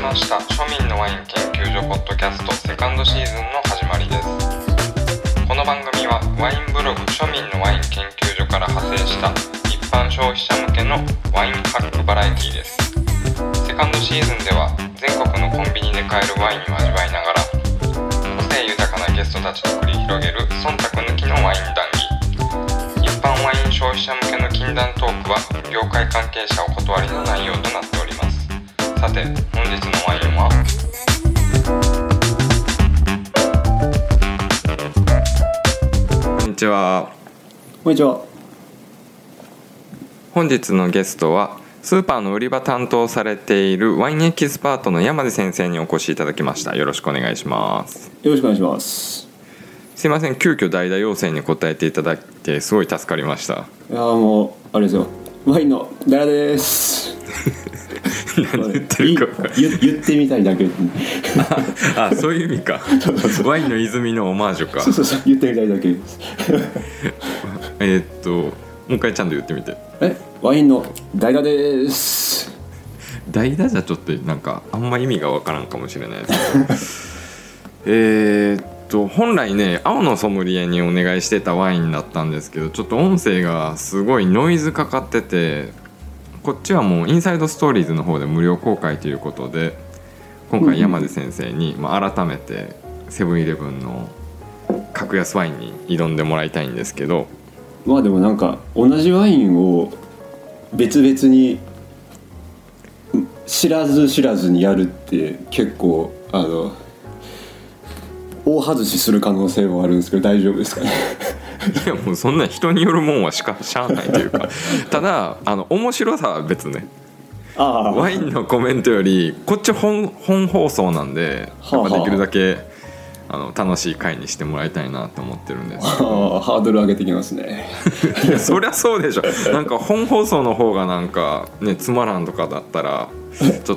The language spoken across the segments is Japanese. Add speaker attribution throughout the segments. Speaker 1: ました庶民のワイン研究所ポッドキャストセカンドシーズンの始まりですこの番組はワインブログ庶民のワイン研究所から派生した一般消費者向けのワインハックバラエティですセカンドシーズンでは全国のコンビニで買えるワインを味わいながら個性豊かなゲストたちと繰り広げる忖度抜きのワイン談義一般ワイン消費者向けの禁断トークは業界関係者お断りの内容となっておりますさて本日のワインはこんにちは
Speaker 2: こんにちは。
Speaker 1: 本日のゲストはスーパーの売り場担当されているワインエキスパートの山地先生にお越しいただきましたよろしくお願いします
Speaker 2: よろしくお願いします。
Speaker 1: すいません急遽代打要請に応えていただいてすごい助かりました
Speaker 2: いやーもうあれですよ。ワインのダラです。
Speaker 1: 何言ってるか
Speaker 2: い言言ってみたいだけ。
Speaker 1: あそういう意味か ワインの泉のオマージュか
Speaker 2: そうそうそう言ってみたいだけです。
Speaker 1: えーっともう一回ちゃんと言ってみて
Speaker 2: えワインのダラです。
Speaker 1: 代打じゃちょっとなんかあんま意味がわからんかもしれないですけどえーっと本来ね青のソムリエにお願いしてたワインだったんですけどちょっと音声がすごいノイズかかっててこっちはもうインサイドストーリーズの方で無料公開ということで今回山地先生に、まあ、改めてセブンイレブンの格安ワインに挑んでもらいたいんですけど
Speaker 2: まあでもなんか同じワインを別々にうん知らず知らずにやるって結構あの大外しする可能性もあるんですけど大丈夫ですかね。
Speaker 1: いやもうそんな人によるもんはしかしゃあないという かただあの面白さは別ね
Speaker 2: あ
Speaker 1: ワインのコメントよりこっち本本放送なんでや
Speaker 2: はあ
Speaker 1: っ
Speaker 2: は
Speaker 1: ぱ
Speaker 2: あ
Speaker 1: できるだけあの楽しい回にしてもらいたいなと思ってるんです
Speaker 2: あーハードル上げてきますね。
Speaker 1: いやそりゃそうでしょなんか本放送の方がなんかねつまらんとかだったらちょっと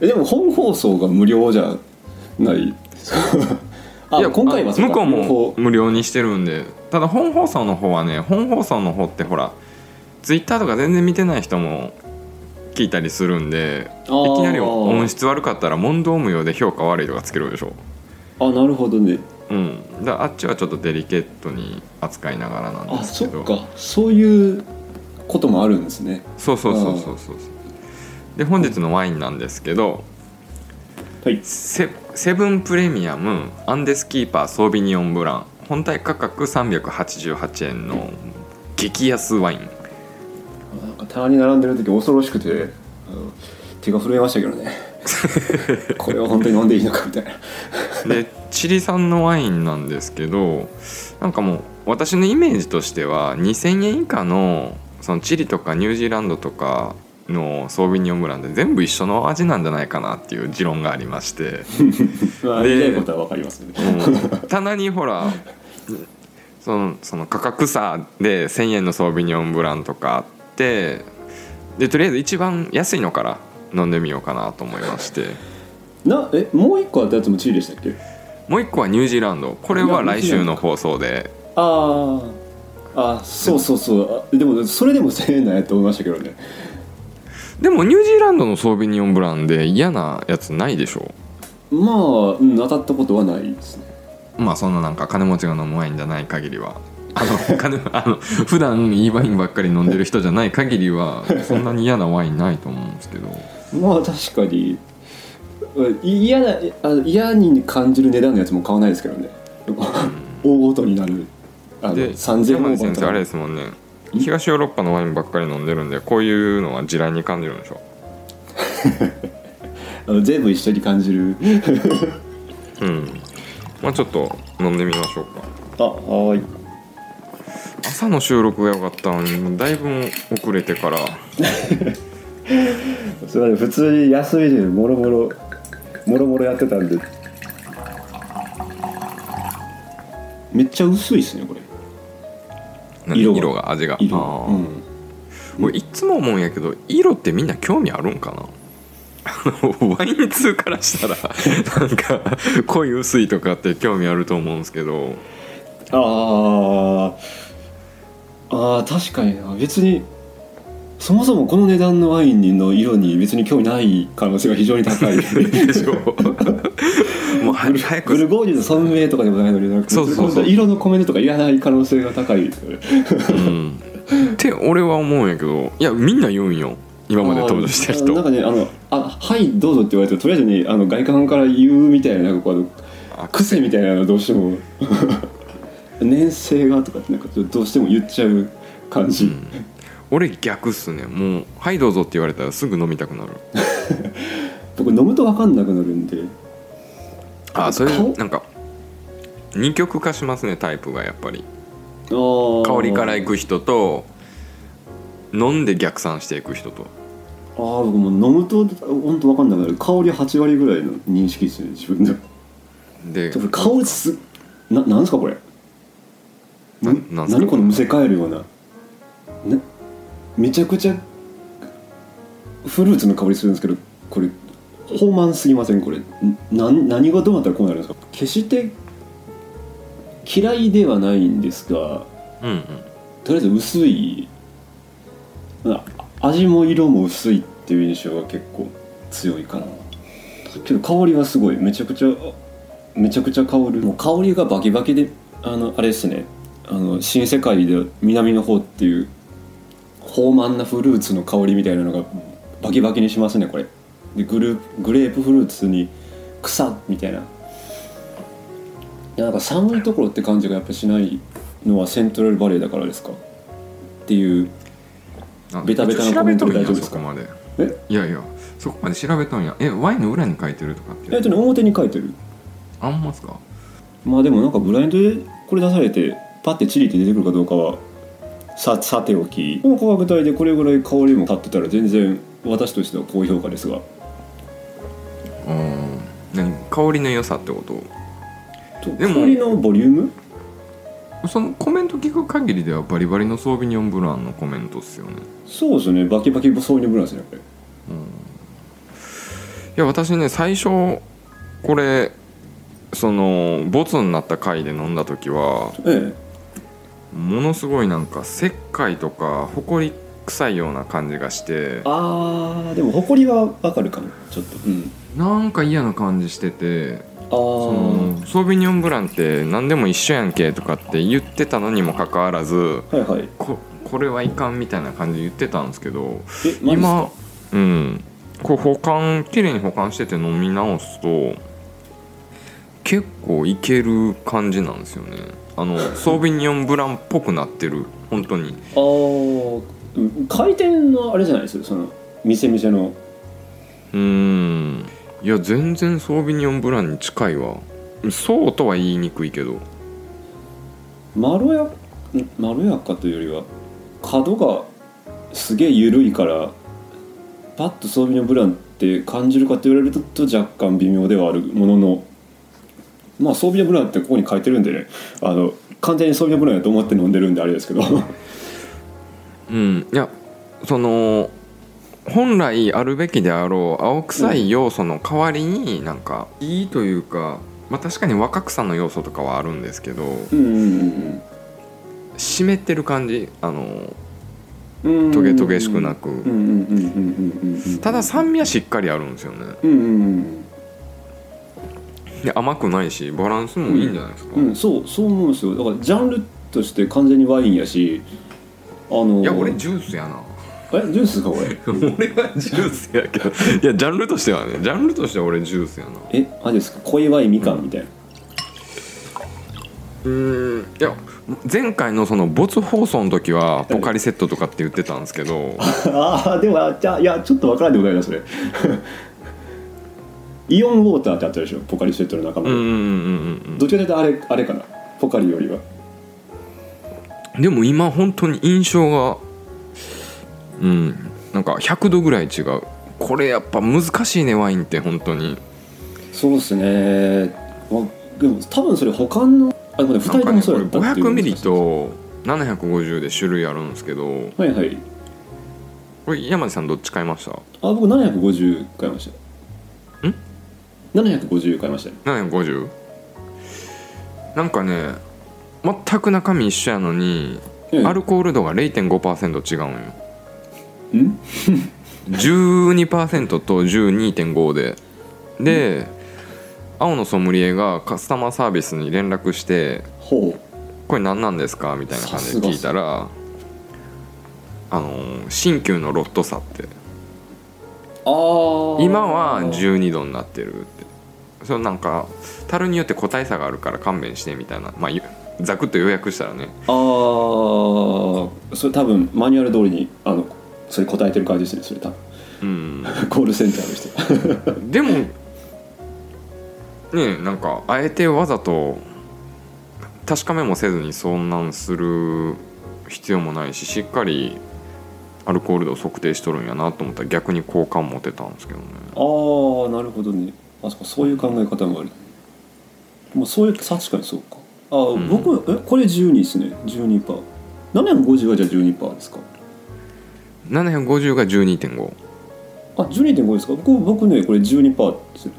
Speaker 2: えでも本放送が無料じゃないですかあ
Speaker 1: いや
Speaker 2: 今回はそう
Speaker 1: 向
Speaker 2: か
Speaker 1: こう
Speaker 2: 両
Speaker 1: も
Speaker 2: 方
Speaker 1: 無料にしてるんでただ本放送の方はね本放送の方ってほらツイッターとか全然見てない人も聞いたりするんでい
Speaker 2: あー
Speaker 1: きなり音質悪かったら問答無用で評価悪いとかつけるでしょ
Speaker 2: あなるほどね
Speaker 1: うん、だからあっちはちょっとデリケートに扱いながらなん
Speaker 2: あ
Speaker 1: ですけ
Speaker 2: そっ
Speaker 1: ど
Speaker 2: かそういうこともあるんですね
Speaker 1: そうそうそうそうそうそうで本日のワインなんですけど
Speaker 2: はい
Speaker 1: セセブンプレミアムアンデスキーパーソービニオンブラン本体価格388円の激安ワイン
Speaker 2: なんか棚に並んでる時恐ろしくてあの手が震えましたけ どねこれは本当に飲んでいいのかみたいな
Speaker 1: でチリ産のワインなんですけどなんかもう私のイメージとしては2,000円以下のそのチリとかニュージーランドとかのソービニオンブランドで全部一緒の味なんじゃないかなっていう持論がありまして、
Speaker 2: まあ
Speaker 1: で
Speaker 2: 言いたいことは分かりますね
Speaker 1: うん棚にほらそのその価格差で1,000円のソービニオンブランドとかあってでとりあえず一番安いのから飲んでみようかなと思いまして
Speaker 2: なえもう一個あったやつもチリでしたっけ
Speaker 1: もう一個はニュージーランドこれは来週の放送で
Speaker 2: あーあそうそうそうあでもそれでも1000円なんやと思いましたけどね
Speaker 1: でもニュージーランドのソービニオンブランで嫌なやつないでしょ
Speaker 2: まあ、うん、当たったことはないですね
Speaker 1: まあそんななんか金持ちが飲むワインじゃない限りはあの金あの普段いいワインばっかり飲んでる人じゃない限りはそんなに嫌なワインないと思うんですけど
Speaker 2: まあ確かにうん嫌なあ嫌に感じる値段のやつも買わないですけどね大ごとになるあの
Speaker 1: で
Speaker 2: 3000円
Speaker 1: 山
Speaker 2: オ
Speaker 1: 根
Speaker 2: ーバー
Speaker 1: 先
Speaker 2: と
Speaker 1: 生あ
Speaker 2: か
Speaker 1: れですもんね東ヨーロッパのワインばっかり飲んでるんでこういうのは地雷に感じるんでしょ
Speaker 2: あの全部一緒に感じる
Speaker 1: うんまあちょっと飲んでみましょうか
Speaker 2: あはい
Speaker 1: 朝の収録が良かったのにだいぶ遅れてから
Speaker 2: すいません普通に休みでもろもろもろもろやってたんでめっちゃ薄いですねこれ
Speaker 1: 何
Speaker 2: 色
Speaker 1: 色
Speaker 2: が
Speaker 1: が味が
Speaker 2: 色
Speaker 1: あー
Speaker 2: うん
Speaker 1: 俺いつも思うんやけど色ってみんな興味あるんかな あのワイン通からしたらなんか濃い薄いとかって興味あると思うんですけ ど
Speaker 2: あーあー確かにな別にそもそもこの値段のワインの色に別に興味ない可能性が非常 に高い
Speaker 1: でしょもうは早
Speaker 2: ブ
Speaker 1: く
Speaker 2: ルゴーニュのソムウェイとかでもないのになんか
Speaker 1: そうそうそう
Speaker 2: ブルゴーニュの色のコメントとかいらない可能性が高いですよね
Speaker 1: うんって俺は思うんやけどいやみんな言うんよ今まで登場した
Speaker 2: あー
Speaker 1: 人
Speaker 2: なんかねあのあ「はいどうぞ」って言われてもとりあえずねあの外観から言うみたいななんかこうあの
Speaker 1: あ
Speaker 2: 癖みたいなのがどうしても 年生がとかってなんかちょっとどうしても言っちゃう感じ、
Speaker 1: うん俺逆っすねもう「はいどうぞ」って言われたらすぐ飲みたくなる
Speaker 2: 僕飲むと分かんなくなるんで
Speaker 1: あそれ
Speaker 2: 顔
Speaker 1: なんか二極化しますねタイプがやっぱり香
Speaker 2: 香
Speaker 1: りからい
Speaker 2: あ
Speaker 1: く人と飲んで逆算していく人と
Speaker 2: ー僕もう飲むと本当分かんなくなる香り8割ぐらいの認識ですね自分で
Speaker 1: で
Speaker 2: 多分香りすななんですかこれ
Speaker 1: な
Speaker 2: む
Speaker 1: なんすか
Speaker 2: 何このむせ返るようななめちゃくちゃフルーツの香りするんですけどこれ豊満すぎませんこれんなん何がどうなったらこうなるんですか決して嫌いではないんですが
Speaker 1: うんうん
Speaker 2: とりあえず薄いあ味も色も薄いっていう印象が結構強いかなけど香りはすごいめちゃくちゃめちゃくちゃ香るもう香りがバキバキであのあれですねあの新世界で南の方っていう豊満なフルーツの香りみたいなのがバキバキにしますねこれでグルーグレープフルーツに草みたいないやなんか寒いところって感じがやっぱしないのはセントラルバレーだからですかっていう
Speaker 1: あ
Speaker 2: ベタベタなコメントで
Speaker 1: 一応調べとん
Speaker 2: 大丈
Speaker 1: や
Speaker 2: 夫ですか
Speaker 1: そこまで
Speaker 2: え
Speaker 1: いやいやそこまで調べたんやえワインの裏に書いてるとかっ
Speaker 2: えってとね表に書いてる
Speaker 1: あんますか
Speaker 2: まあでもなんかブラインドでこれ出されてパッてチリって出てくるかどうかはささておきこの価格帯でこれぐらい香りも立ってたら全然私としては高評価ですが
Speaker 1: うん何香りの良さってこと
Speaker 2: と
Speaker 1: でも
Speaker 2: 香りのボリューム
Speaker 1: そのコメント聞く限りではバリバリのソービニョンブランのコメントっすよね
Speaker 2: そうですねバキバキソーニョブランですねこれ
Speaker 1: いや私ね最初これそのボツになった回で飲んだ時は
Speaker 2: え
Speaker 1: ものすごいなんか石灰とか埃臭いような感じがして
Speaker 2: えあーでも埃はわかるかもちょっとうん
Speaker 1: なんか嫌な感じしてて
Speaker 2: あ
Speaker 1: そ
Speaker 2: ー
Speaker 1: のソービニョンブランって何でも一緒やんけとかって言ってたのにもかかわらず
Speaker 2: はいはい
Speaker 1: ここれはいかんみたいな感じで言ってたんですけど
Speaker 2: えマジっすか
Speaker 1: 今うんこう保管綺麗に保管してて飲み直すと結構いける感じなんですよねあ のソービニョンブランっぽくなってる本当に
Speaker 2: あーうん回転のあれじゃないですよその店店の
Speaker 1: うんいや全然ソービニョンブランに近いわそうとは言いにくいけど
Speaker 2: まろやんまろやかというよりは角がすげえ緩いからパッと装備のブランって感じるかって言われると若干微妙ではあるもののまあ装備のブランってここに書いてるんでねあの完全に装備のブランやと思って飲んでるんであれですけど
Speaker 1: うんいやその本来あるべきであろう青臭い要素の代わりになんかいいというか、まあ、確かに若草の要素とかはあるんですけど
Speaker 2: うんうん
Speaker 1: 湿ってる感じあの
Speaker 2: うんうん
Speaker 1: トゲトゲしくなく、
Speaker 2: うんうんうんうんうんうんうん
Speaker 1: ただ酸味はしっかりあるんですよね
Speaker 2: うんうん
Speaker 1: で甘くないしバランスもいいんじゃないですか、
Speaker 2: うんうんそうそう思うんですよだからジャンルとして完全にワインやしあの
Speaker 1: いや俺ジュースやな
Speaker 2: えジュースかこれ
Speaker 1: 俺はジュースやけどいやジャンルとしてはねジャンルとしては俺ジュースやな
Speaker 2: えあれですか小祝いみかんみたいな、
Speaker 1: うーんいや前回のその没放送の時はポカリセットとかって言ってたんですけど
Speaker 2: ああでもあじゃあいやちょっとわからんでもないなそれ イオンウォーターってあったでしょポカリスエットの仲間
Speaker 1: うん
Speaker 2: で、
Speaker 1: うんうんうん
Speaker 2: どっちかというとあれあれかなポカリよりは
Speaker 1: うんでも今本当に印象がうんなんか100度ぐらい違うこれやっぱ難しいねワインって本当に
Speaker 2: そうですねまあでも多分それ保管のあでもね2
Speaker 1: なんかね
Speaker 2: 人とも
Speaker 1: こ
Speaker 2: そう
Speaker 1: れ
Speaker 2: やったっていう
Speaker 1: 500ミリと750で種類あるんですけど
Speaker 2: はいはい
Speaker 1: これ山地さんどっち買いました
Speaker 2: あ僕750買いました
Speaker 1: ん
Speaker 2: 750買いました
Speaker 1: 750? なんかね全く中身一緒やのに
Speaker 2: ええ
Speaker 1: アルコール度が0.5%違うんよ
Speaker 2: ん
Speaker 1: 12%と12.5でで、青のソムリエがカスタマーサービスに連絡して
Speaker 2: ほ
Speaker 1: 「これ何なんですか?」みたいな感じで聞いたらあの新旧のロット差って
Speaker 2: うああ
Speaker 1: 今は12度になってるってそれなんか樽によって個体差があるから勘弁してみたいなまあゆざくっと要約したらね
Speaker 2: ああそれ多分マニュアル通りにあのそれ答えてる感じですねそれ多分
Speaker 1: うん
Speaker 2: コールセンターの人
Speaker 1: でもねえなんかあえてわざと確かめもせずにそんなんする必要もないししっかりアルコール度を測定しとるんやなと思ったら逆に好感持てたんですけどね
Speaker 2: ああなるほどねあそっかそういう考え方もあるまあそういう確かにそうかあ、
Speaker 1: ん
Speaker 2: 僕えこれ12ですね12パー750はじゃあ12パーですか
Speaker 1: 750が12.5
Speaker 2: あ12.5ですか僕僕ねこれ12パーですよ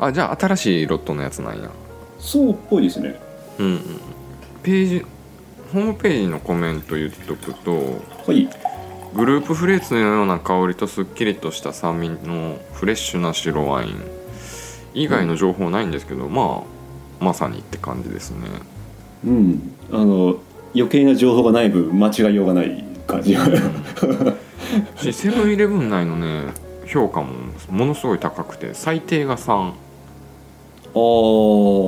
Speaker 1: あじゃあ新しいロットのやつなんや
Speaker 2: そうっぽいですね
Speaker 1: うんうんページホームページのコメント言っとくと
Speaker 2: はい
Speaker 1: グループフレーツのような香りとすっきりとした酸味のフレッシュな白ワイン以外の情報ないんですけど、まあまさにって感じですね
Speaker 2: うんあの余計な情報がない分間違いようがない感じが
Speaker 1: しセブンイレブン内のね評価もものすごい高くて最低が3
Speaker 2: あ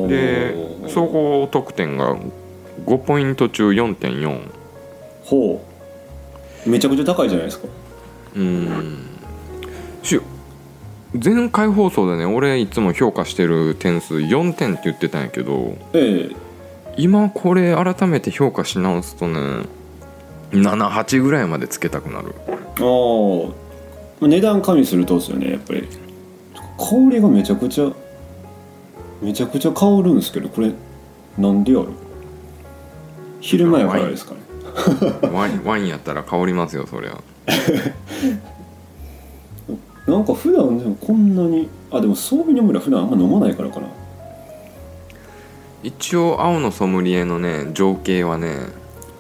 Speaker 1: で総合得点が5ポイント中4.4
Speaker 2: ほうめちゃくちゃ高いじゃないですか
Speaker 1: うんし前回放送でね俺いつも評価してる点数4点って言ってたんやけど
Speaker 2: ええ
Speaker 1: 今これ改めて評価し直すとね78ぐらいまでつけたくなる
Speaker 2: ああ値段加味するとですよねやっぱり香りがめちゃくちゃめちゃくちゃ香るんですけどこれなんでやろ昼前からですかね
Speaker 1: ワイン ワインやったら香りますよそりゃ
Speaker 2: なんか普段でもこんなにあでもソービニョンブラン普段あんま飲まないからかな
Speaker 1: 一応青のソムリエのね情景はね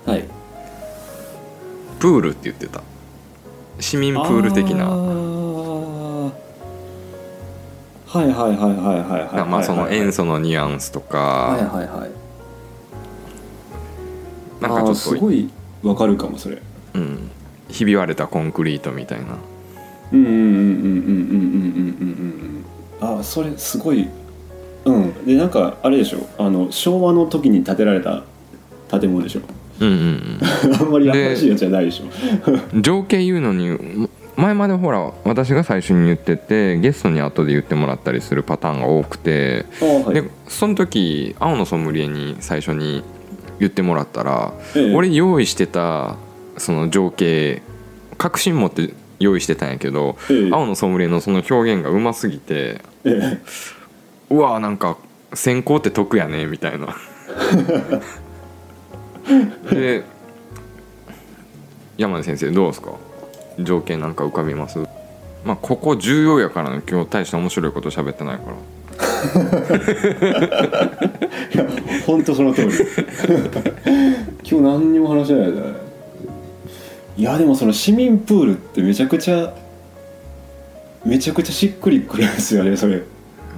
Speaker 2: はい
Speaker 1: プールって言ってた市民プール的
Speaker 2: あ
Speaker 1: な
Speaker 2: ーはいはいはいはいはいはいはい
Speaker 1: まあその塩
Speaker 2: 素
Speaker 1: 素のニュアンスと
Speaker 2: はい
Speaker 1: か
Speaker 2: はいはい
Speaker 1: なんか
Speaker 2: あー
Speaker 1: ちょ
Speaker 2: す
Speaker 1: っと
Speaker 2: ごいわかるかもそれ
Speaker 1: うんひび割れたコンクリートみたいな
Speaker 2: うんうんうんうんうんうんうんうんうんうんあそれすごいうんでなんかあれでしょあの昭和の時に建てられた建物でしょ
Speaker 1: うんうん
Speaker 2: あんまり
Speaker 1: で
Speaker 2: 新しいやつじゃないでしょ
Speaker 1: うん情景言うのに前までほら私が最初に言っててゲストに後で言ってもらったりするパターンが多くて
Speaker 2: あはい
Speaker 1: でその時青のソムリエに最初に言ってもらったら、
Speaker 2: ええ
Speaker 1: 俺用意してたその情景確信持って用意してたんやけど、
Speaker 2: ええ
Speaker 1: 青のソムリエのその表現がうますぎて
Speaker 2: え
Speaker 1: うわーなんか先行って得やねみたい なで山根先生どうですか情景なんか浮かびますまあここ重要やからね今日大して面白いこと喋ってないから
Speaker 2: え本当その通り今日何にも話してないじゃないいやでもその市民プールってめちゃくちゃめちゃくちゃしっくりくるんですよねそれ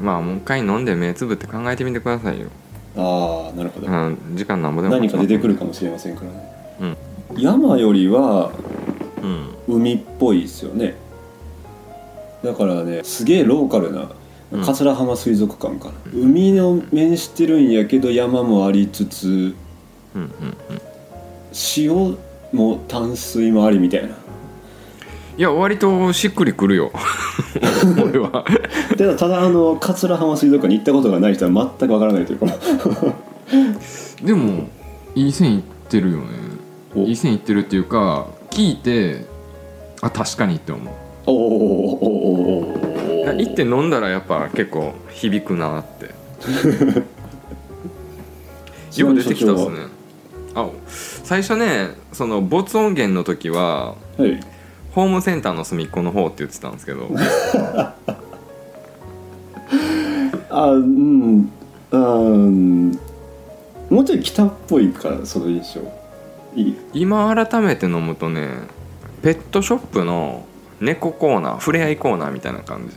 Speaker 1: まあもう一回飲んで目つぶって考えてみてくださいよ、
Speaker 2: ああなるほど
Speaker 1: うん、時間なんぼでも
Speaker 2: 何か出てくる
Speaker 1: か
Speaker 2: かもしれませんからね、山よりは
Speaker 1: うん
Speaker 2: 海っぽいですよねだからねすげえローカルな
Speaker 1: うん
Speaker 2: 桂浜水族館かな、海の面してるんやけど山もありつつ
Speaker 1: うんうん
Speaker 2: 塩も淡水もありみたいない
Speaker 1: や割としっくりくる よ俺は
Speaker 2: ただただあの桂浜水族館に行ったことがない人は全くわからないというか
Speaker 1: でもいい線いってるよね
Speaker 2: お
Speaker 1: いい線いってるっていうか聞いてあ確かにって思う
Speaker 2: おーおーおーおーおーおー
Speaker 1: 行って飲んだらやっぱ結構響くなってよう出てきたっすねあ最初ねその没音源の時は
Speaker 2: はい
Speaker 1: ホームセンターの隅っこの方って言ってたんですけど
Speaker 2: あうんあうんもうちょい北っぽいからその印象いい
Speaker 1: 今改めて飲むとねペットショップの猫コーナー触れ合いコーナーみたいな感じ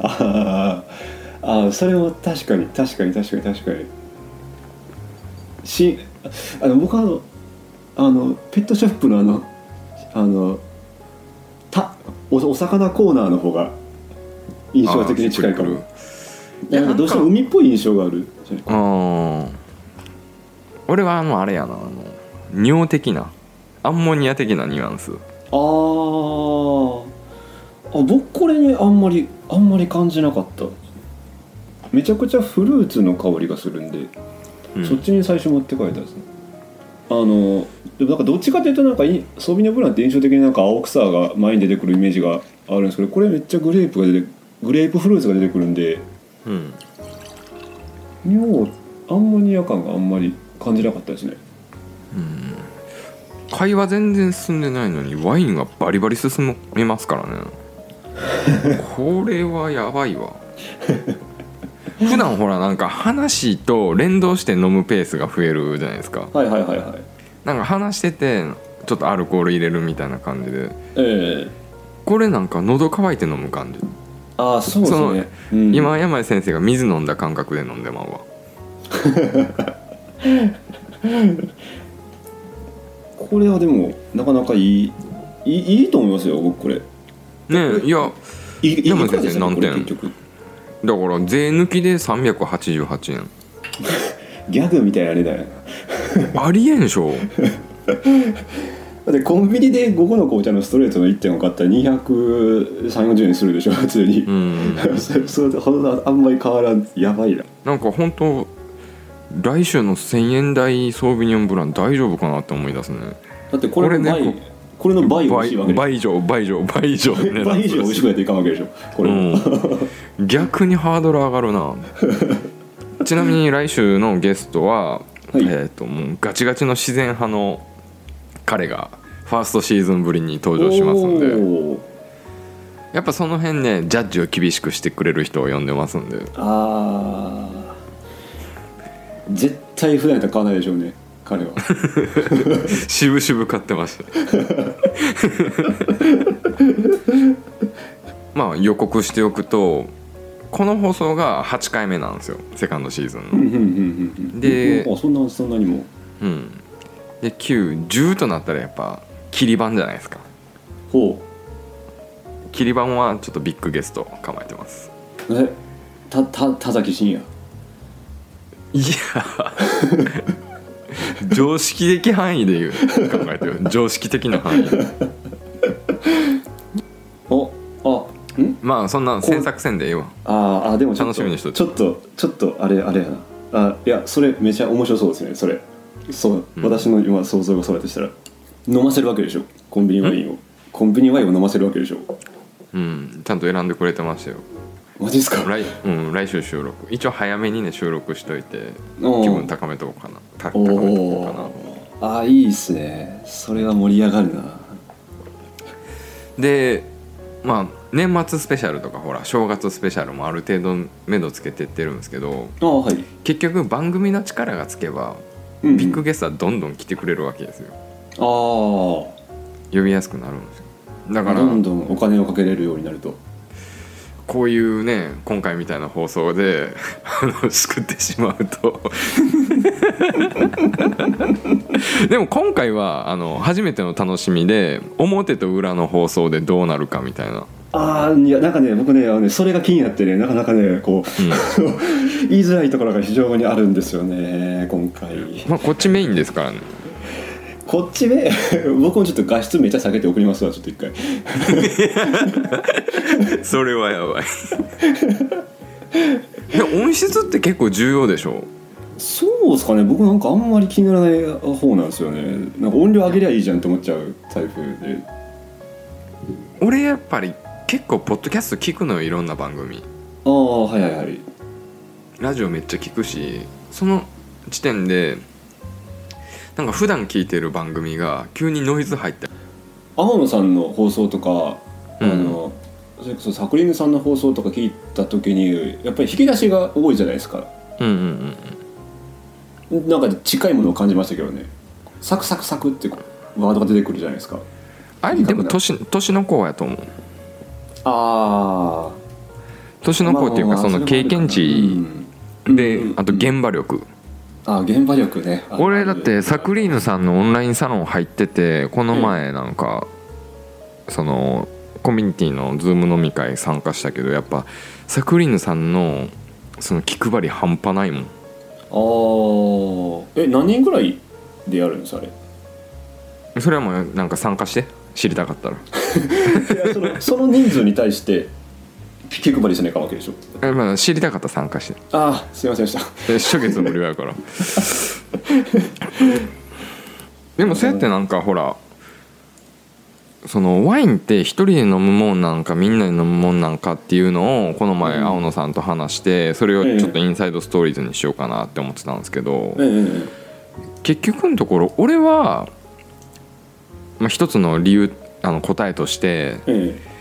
Speaker 2: あーあーそれも確かに確かに確かに確かにしあの僕はあのあのペットショップのあのあのたおお魚コーナーの方が印象的に近いかも
Speaker 1: あ
Speaker 2: いやなんかどうしても
Speaker 1: いや
Speaker 2: 海っぽい印象がある
Speaker 1: あー俺はもうあれやなあの尿的なアンモニア的なニュアンス
Speaker 2: あーあ僕これねあんまりあんまり感じなかっためちゃくちゃフルーツの香りがするんで
Speaker 1: うん
Speaker 2: そっちに最初持って帰ったんですねあのでもなんかどっちかというとなんかいソービニョンブランって印象的になんか青草が前に出てくるイメージがあるんですけどこれめっちゃグレープが出てグレープフルーツが出てくるんで
Speaker 1: うん
Speaker 2: 尿アンモニア感があんまり感じなかったですね
Speaker 1: うん会話全然進んでないのにワインがバリバリ進みますからね これはやばいわ普段ほらなんか話と連動して飲むペースが増えるじゃないですか
Speaker 2: はいはいはいはい
Speaker 1: なんか話しててちょっとアルコール入れるみたいな感じで
Speaker 2: ええ
Speaker 1: これなんか喉乾いて飲む感じ、
Speaker 2: ああそうですね、うん
Speaker 1: 今山井先生が水飲んだ感覚で飲んでまうわ
Speaker 2: これはでもなかなかいいいいいいと思いますよ僕これ
Speaker 1: ねえいや
Speaker 2: いいい
Speaker 1: 山
Speaker 2: いくらでした
Speaker 1: 先生
Speaker 2: これ
Speaker 1: 何点
Speaker 2: 結局
Speaker 1: だから税抜きで388円
Speaker 2: ギャグみたいなあれだよ
Speaker 1: ありえんでしょ
Speaker 2: だってコンビニで午後の紅茶のストレートの1点を買ったら230円するでしょ普通に
Speaker 1: う、ん
Speaker 2: それそれほどあんまり変わらんやばいな
Speaker 1: なんか本当来週の1000円台ソービニョンブラン大丈夫かなって思い出すね
Speaker 2: だってこれの
Speaker 1: これ
Speaker 2: 倍
Speaker 1: ね
Speaker 2: こ,、れの倍美味しいわけでし
Speaker 1: 倍以上倍以上倍以上
Speaker 2: ょ 倍以上美味しくないといかんわけでしょこれ、
Speaker 1: うん、逆にハードル上がるなちなみに来週のゲストは、
Speaker 2: い
Speaker 1: えー、ともうガチガチの自然派の彼がファーストシーズンぶりに登場しますんで
Speaker 2: おー
Speaker 1: やっぱその辺ねジャッジを厳しくしてくれる人を呼んでますんで
Speaker 2: あー絶対普段やったら買わないでしょうね彼は
Speaker 1: 渋々買ってました まあ予告しておくとこの放送が8回目なんですよセカンドシーズン
Speaker 2: うん
Speaker 1: の
Speaker 2: うんうんうん
Speaker 1: で
Speaker 2: あそんなそんなにも
Speaker 1: うんで910となったらやっぱ切り番じゃないですか
Speaker 2: ほ
Speaker 1: 切り番はちょっとビッグゲスト構えてます
Speaker 2: うえたた田崎真也
Speaker 1: いや 常識的範囲で言う考えてる常識的な範囲で
Speaker 2: おあん
Speaker 1: まあそんな詮索せんでええわ
Speaker 2: あーあーでもちょっ
Speaker 1: 楽し
Speaker 2: と
Speaker 1: みにしといて
Speaker 2: ちょっとちょっとあれあれやなあいやそれめちゃ面白そうですねそれそう、
Speaker 1: うん
Speaker 2: 私の今想像がそれだとしたら飲ませるわけでしょコンビニワインをコンビニワインを飲ませるわけでしょ
Speaker 1: うんちゃんと選んでくれてましたよ
Speaker 2: マジですか
Speaker 1: 来,、うん、来週収録一応早めにね収録しといて
Speaker 2: おー
Speaker 1: 気分高めとこうかなた高
Speaker 2: お
Speaker 1: めとこうかな
Speaker 2: おあーいいっすねそれは盛り上がるな
Speaker 1: でまあ年末スペシャルとかほら正月スペシャルもある程度目処つけてってるんですけど
Speaker 2: あーはい、
Speaker 1: 結局番組の力がつけば
Speaker 2: うんうん
Speaker 1: ビッグゲストはどんどん来てくれるわけですよ
Speaker 2: あ
Speaker 1: 呼びやすくなるんですよだ
Speaker 2: あ
Speaker 1: から
Speaker 2: どんどんお金をかけれるようになると
Speaker 1: こういうね今回みたいな放送であのしくってしまうと でも今回はあの初めての楽しみで表と裏の放送でどうなるかみたいな、
Speaker 2: ああいやなんかね僕ねあのねそれが気になってねなかなかねこう 言いづらいところが非常にあるんですよね今回
Speaker 1: まあ、こっちメインですからね
Speaker 2: こっちで 僕もちょっと画質めっちゃ下げて送りますわちょっと一回
Speaker 1: それはやば いいや音質って結構重要でしょ
Speaker 2: そうですかね僕なんかあんまり気にならない方なんですよねなんか音量上げりゃいいじゃんと思っちゃうタイプで
Speaker 1: 俺やっぱり結構ポッドキャスト聞くのよいろんな番組
Speaker 2: ああはいはいはい
Speaker 1: ラジオめっちゃ聞くしその時点でなんか普段聞いてる番組が急にノイズ入って
Speaker 2: 天野さんの放送とか、
Speaker 1: うん
Speaker 2: あのそれこそサクリヌさんの放送とか聞いた時にやっぱり引き出しが多いじゃないですか
Speaker 1: うんうんうん
Speaker 2: なんか近いものを感じましたけどねサクサクサクってこうワードが出てくるじゃないですか
Speaker 1: あれでも年年の子やと思う
Speaker 2: ああ
Speaker 1: 年の子っていうかその経験値であと現場力
Speaker 2: あ現場力ねあ
Speaker 1: 俺だってサクリーヌさんのオンラインサロン入っててこの前なんかそのコミュニティのズーム飲み会参加したけどやっぱサクリーヌさんのその気配り半端ないもん
Speaker 2: あーえ何人ぐらいでやるんですあれ
Speaker 1: それはもうなんか参加して知りたかったら
Speaker 2: いやそのその人数に対して気配りしないかんわけでしょ
Speaker 1: えまあ知りたかったら参加して
Speaker 2: ああすいませんでした
Speaker 1: え初月無料や からでもそうやってなんかほらそのワインって一人で飲むもんなんかみんなで飲むもんなんかっていうのをこの前
Speaker 2: うん
Speaker 1: 青野さんと話してそれをちょっとインサイドストーリーズにしようかなって思ってたんですけど
Speaker 2: ええ
Speaker 1: 結局のところ俺は、まあ、一つの理由あの答えとして
Speaker 2: えええ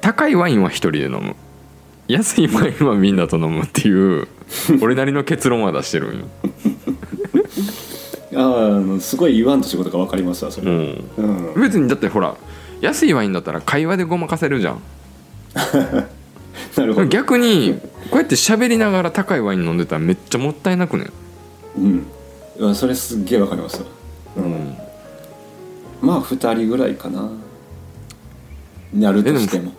Speaker 1: 高いワインは一人で飲む安いワインはみんなと飲むっていう俺なりの結論は出してるんよ
Speaker 2: えあーあのすごい言わんと仕事が分かりますわそれ
Speaker 1: うん
Speaker 2: うん、
Speaker 1: 別にだってほら安いワインだったら会話でごまかせるじゃん
Speaker 2: なるほど
Speaker 1: 逆にこうやって喋りながら高いワイン飲んでたらめっちゃもったいなくね
Speaker 2: うんうわそれすっげえ分かりますわうまあ2人ぐらいかななるとしても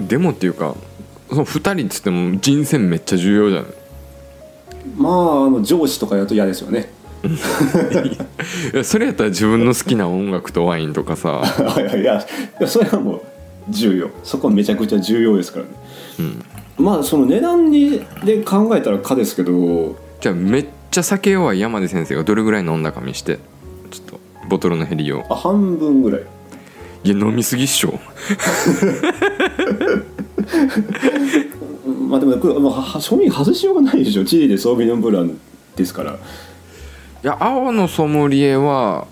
Speaker 1: でもっていうかその2人っつっても人選めっちゃ重要じゃん
Speaker 2: まああの上司とかやると嫌ですよね
Speaker 1: いやそれやったら自分の好きな音楽とワインとかさ
Speaker 2: いやいやいやそれはもう重要そこはめちゃくちゃ重要ですからね、まあその値段にで考えたらかですけど
Speaker 1: じゃあめっちゃ酒弱い山出先生がどれぐらい飲んだか見してちょっとボトルの減りを
Speaker 2: あ半分ぐらい
Speaker 1: いや飲みすぎっしょ
Speaker 2: うんまあでもこれ、まあ、は庶民外しようがないでしょチリでソービノンブランですから
Speaker 1: いや青のソムリエは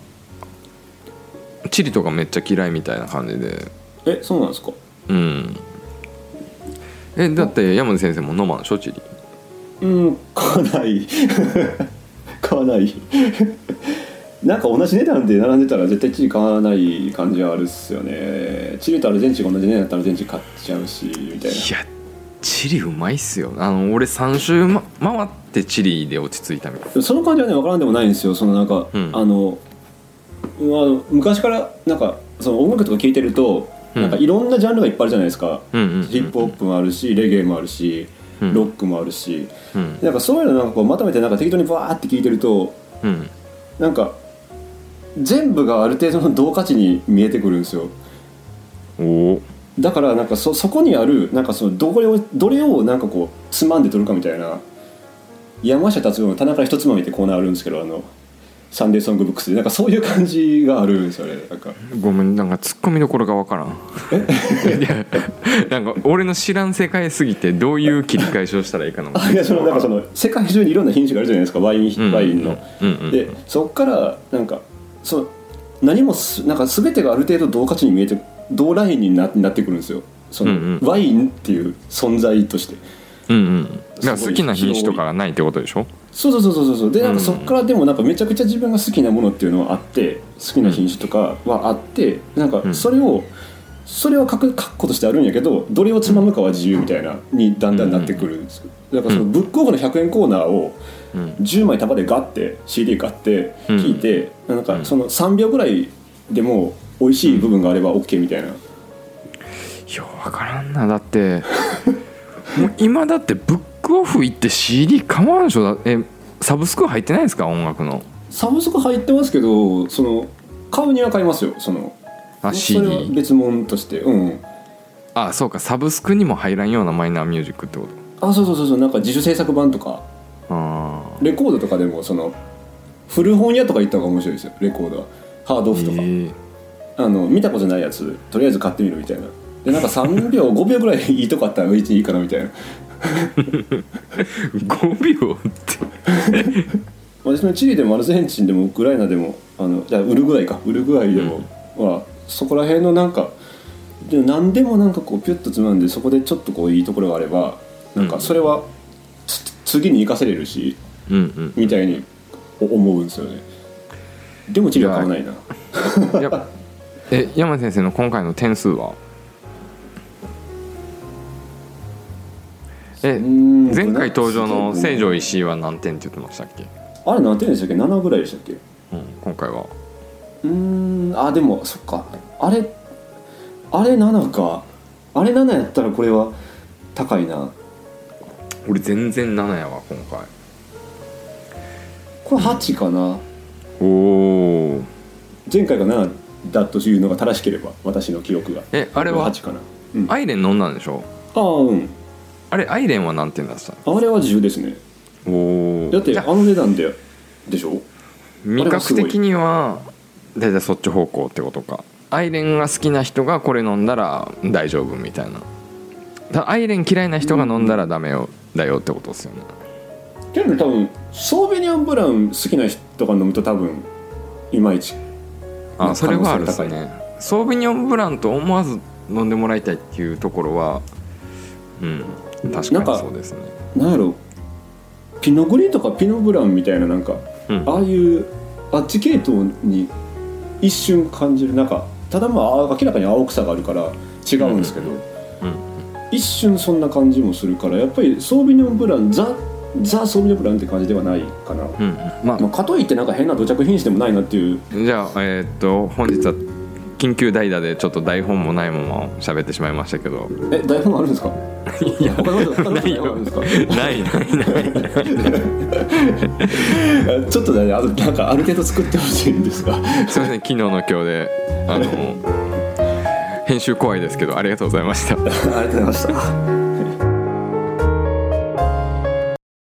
Speaker 1: チリとかめっちゃ嫌いみたいな感じで
Speaker 2: えそうなんですか
Speaker 1: うんえだって山根先生も飲まんでしょチリ
Speaker 2: うん買わない 買わないなんか同じ値段で並んでたら絶対チリ買わない感じはあるっすよねチリとアルゼンチンが同じ値段だったらアルゼンチン買っちゃうしみたいな
Speaker 1: やチリうまいっすよあの俺3周、ま、回ってチリで落ち着いたみたい
Speaker 2: でもその感じはね分からんでもないんですよそのなんか、
Speaker 1: うん
Speaker 2: あのうんあの昔からなんかその音楽とか聴いてると、
Speaker 1: うん
Speaker 2: なんかいろんなジャンルがいっぱいあるじゃないですか、
Speaker 1: うんうんうんうん
Speaker 2: ヒップホップもあるしレゲエもあるし、
Speaker 1: うん
Speaker 2: ロックもあるし
Speaker 1: うん
Speaker 2: なんかそういうのなんかこうまとめてなんか適当にバーって聴いてると
Speaker 1: うん
Speaker 2: なんか全部がある程度の同価値に見えてくるんですよ
Speaker 1: おお
Speaker 2: だからなんかそそこにあるなんかそのどれをどれをなんかこうつまんで取るかみたいな山下達郎の「棚から一つまみ」ってコーナーあるんですけどあのサンデーソングブックスでなんかそういう感じがあるんですよねなんか
Speaker 1: ごめんなんかツッコミどころがわからん いやなんか俺の知らん世界すぎてどういう切り返しをしたらいいかなも
Speaker 2: あいやそのなんかその世界中にいろんな品種があるじゃないですかワイン、ワインの。
Speaker 1: うんうん
Speaker 2: でそっからなんかその何もすなんか全てがある程度同価値に見えて同ラインにななってくるんですよその、
Speaker 1: うんうん
Speaker 2: ワインっていう存在として。
Speaker 1: うんうんだから好きな品種とかがないってことでしょ
Speaker 2: そうそうそうそうそうでなんか
Speaker 1: うん
Speaker 2: そっからでもなんかめちゃくちゃ自分が好きなものっていうのはあって好きな品種とかはあってなんかそれをそれは確確固としてあるんやけどどれをつまむかは自由みたいなにだんだんなってくるんですよだからそのブックオフの100円コーナーを
Speaker 1: うん
Speaker 2: 10枚束でガッて CD 買って
Speaker 1: うん
Speaker 2: 聞いてなんかその3秒ぐらいでも美味しい部分があれば OK みたいない
Speaker 1: や分からんなだってもう今だってブックオフ行って CD 買わんでしょだえサブスク入ってないですか音楽の
Speaker 2: サブスク入ってますけどその買うには買いますよその
Speaker 1: あ
Speaker 2: それは
Speaker 1: CD
Speaker 2: 別物としてうん。
Speaker 1: あそうかサブスクにも入らんようなマイナーミュージックってこと
Speaker 2: あそうそうそうそうなんか自主制作版とか
Speaker 1: あ
Speaker 2: レコードとかでもその古本屋とか行った方が面白いですよレコードはハードオ
Speaker 1: あ、
Speaker 2: フとか、
Speaker 1: ええ
Speaker 2: あの見たことないやつとりあえず買ってみるみたいなでなんか3秒5秒ぐらいいいとこあったらうちいいかなみたいな
Speaker 1: 5秒って
Speaker 2: 私のチリでもアルゼンチンでもウクライナでもあのじゃあウルグアイかウルグアイでも、はそこら辺のなんかでも何でもなんかこうピュッとつまんでそこでちょっとこういいところがあればなんかそれはつ、次に生かせれるし
Speaker 1: うんうん
Speaker 2: みたいに思うんですよねでもチリは買わないな
Speaker 1: やえ山先生の今回の点数はえ
Speaker 2: うん
Speaker 1: 前回登場の成城石井は何点って言ってましたっけ、
Speaker 2: あれ何点でしたっけ7ぐらいでしたっけ
Speaker 1: うん、今回は
Speaker 2: うーんあでもそっかあれあれ7かあれ7やったらこれは高いな
Speaker 1: 俺全然7やわ今回
Speaker 2: これ8かな
Speaker 1: おお
Speaker 2: 前回が7だというのが正しければ私の記憶が
Speaker 1: えあれは
Speaker 2: 8かな、うん、あ
Speaker 1: アイレン飲んだんでしょ
Speaker 2: あーうん
Speaker 1: あれアイレンは何点出した
Speaker 2: あれは自由ですね
Speaker 1: おお
Speaker 2: だって
Speaker 1: じ
Speaker 2: あ
Speaker 1: ゃあ
Speaker 2: の値段ででしょ
Speaker 1: 味覚的には大体そっち方向ってことかアイレンが好きな人がこれ飲んだら大丈夫みたいなだアイレン嫌いな人が飲んだらダメよ、だよってことですよね
Speaker 2: けど多分ソーベニアンブラン好きな人とか飲むと多分いまいちま
Speaker 1: あ
Speaker 2: あ
Speaker 1: それはあるです
Speaker 2: 可能性
Speaker 1: ねソービニョンブランと思わず飲んでもらいたいっていうところはうん確か
Speaker 2: なん
Speaker 1: に
Speaker 2: か
Speaker 1: そうですね
Speaker 2: なんやろピノグリとかピノブランみたいななんか
Speaker 1: うん
Speaker 2: ああいうあっち系統に一瞬感じるなんかただまあ明らかに青臭があるから違うんですけど、
Speaker 1: うん
Speaker 2: 一瞬そんな感じもするからやっぱりソービニョンブランザザソービニョンブランって感じではないかな、
Speaker 1: うんまあ
Speaker 2: まあ、かといってなんか変な土着品種でもないなっていう
Speaker 1: じゃあえーっと本日は緊急代打でちょっと台本もないまま喋ってしまいましたけど
Speaker 2: え台本あるんですかいや他の人他の人台本あるんですか
Speaker 1: ないないない
Speaker 2: ちょっとねあのなんかある程度作ってほしいんですが
Speaker 1: すいません昨日の今日であの編集怖いですけどありがとうございました
Speaker 2: ありがとうございました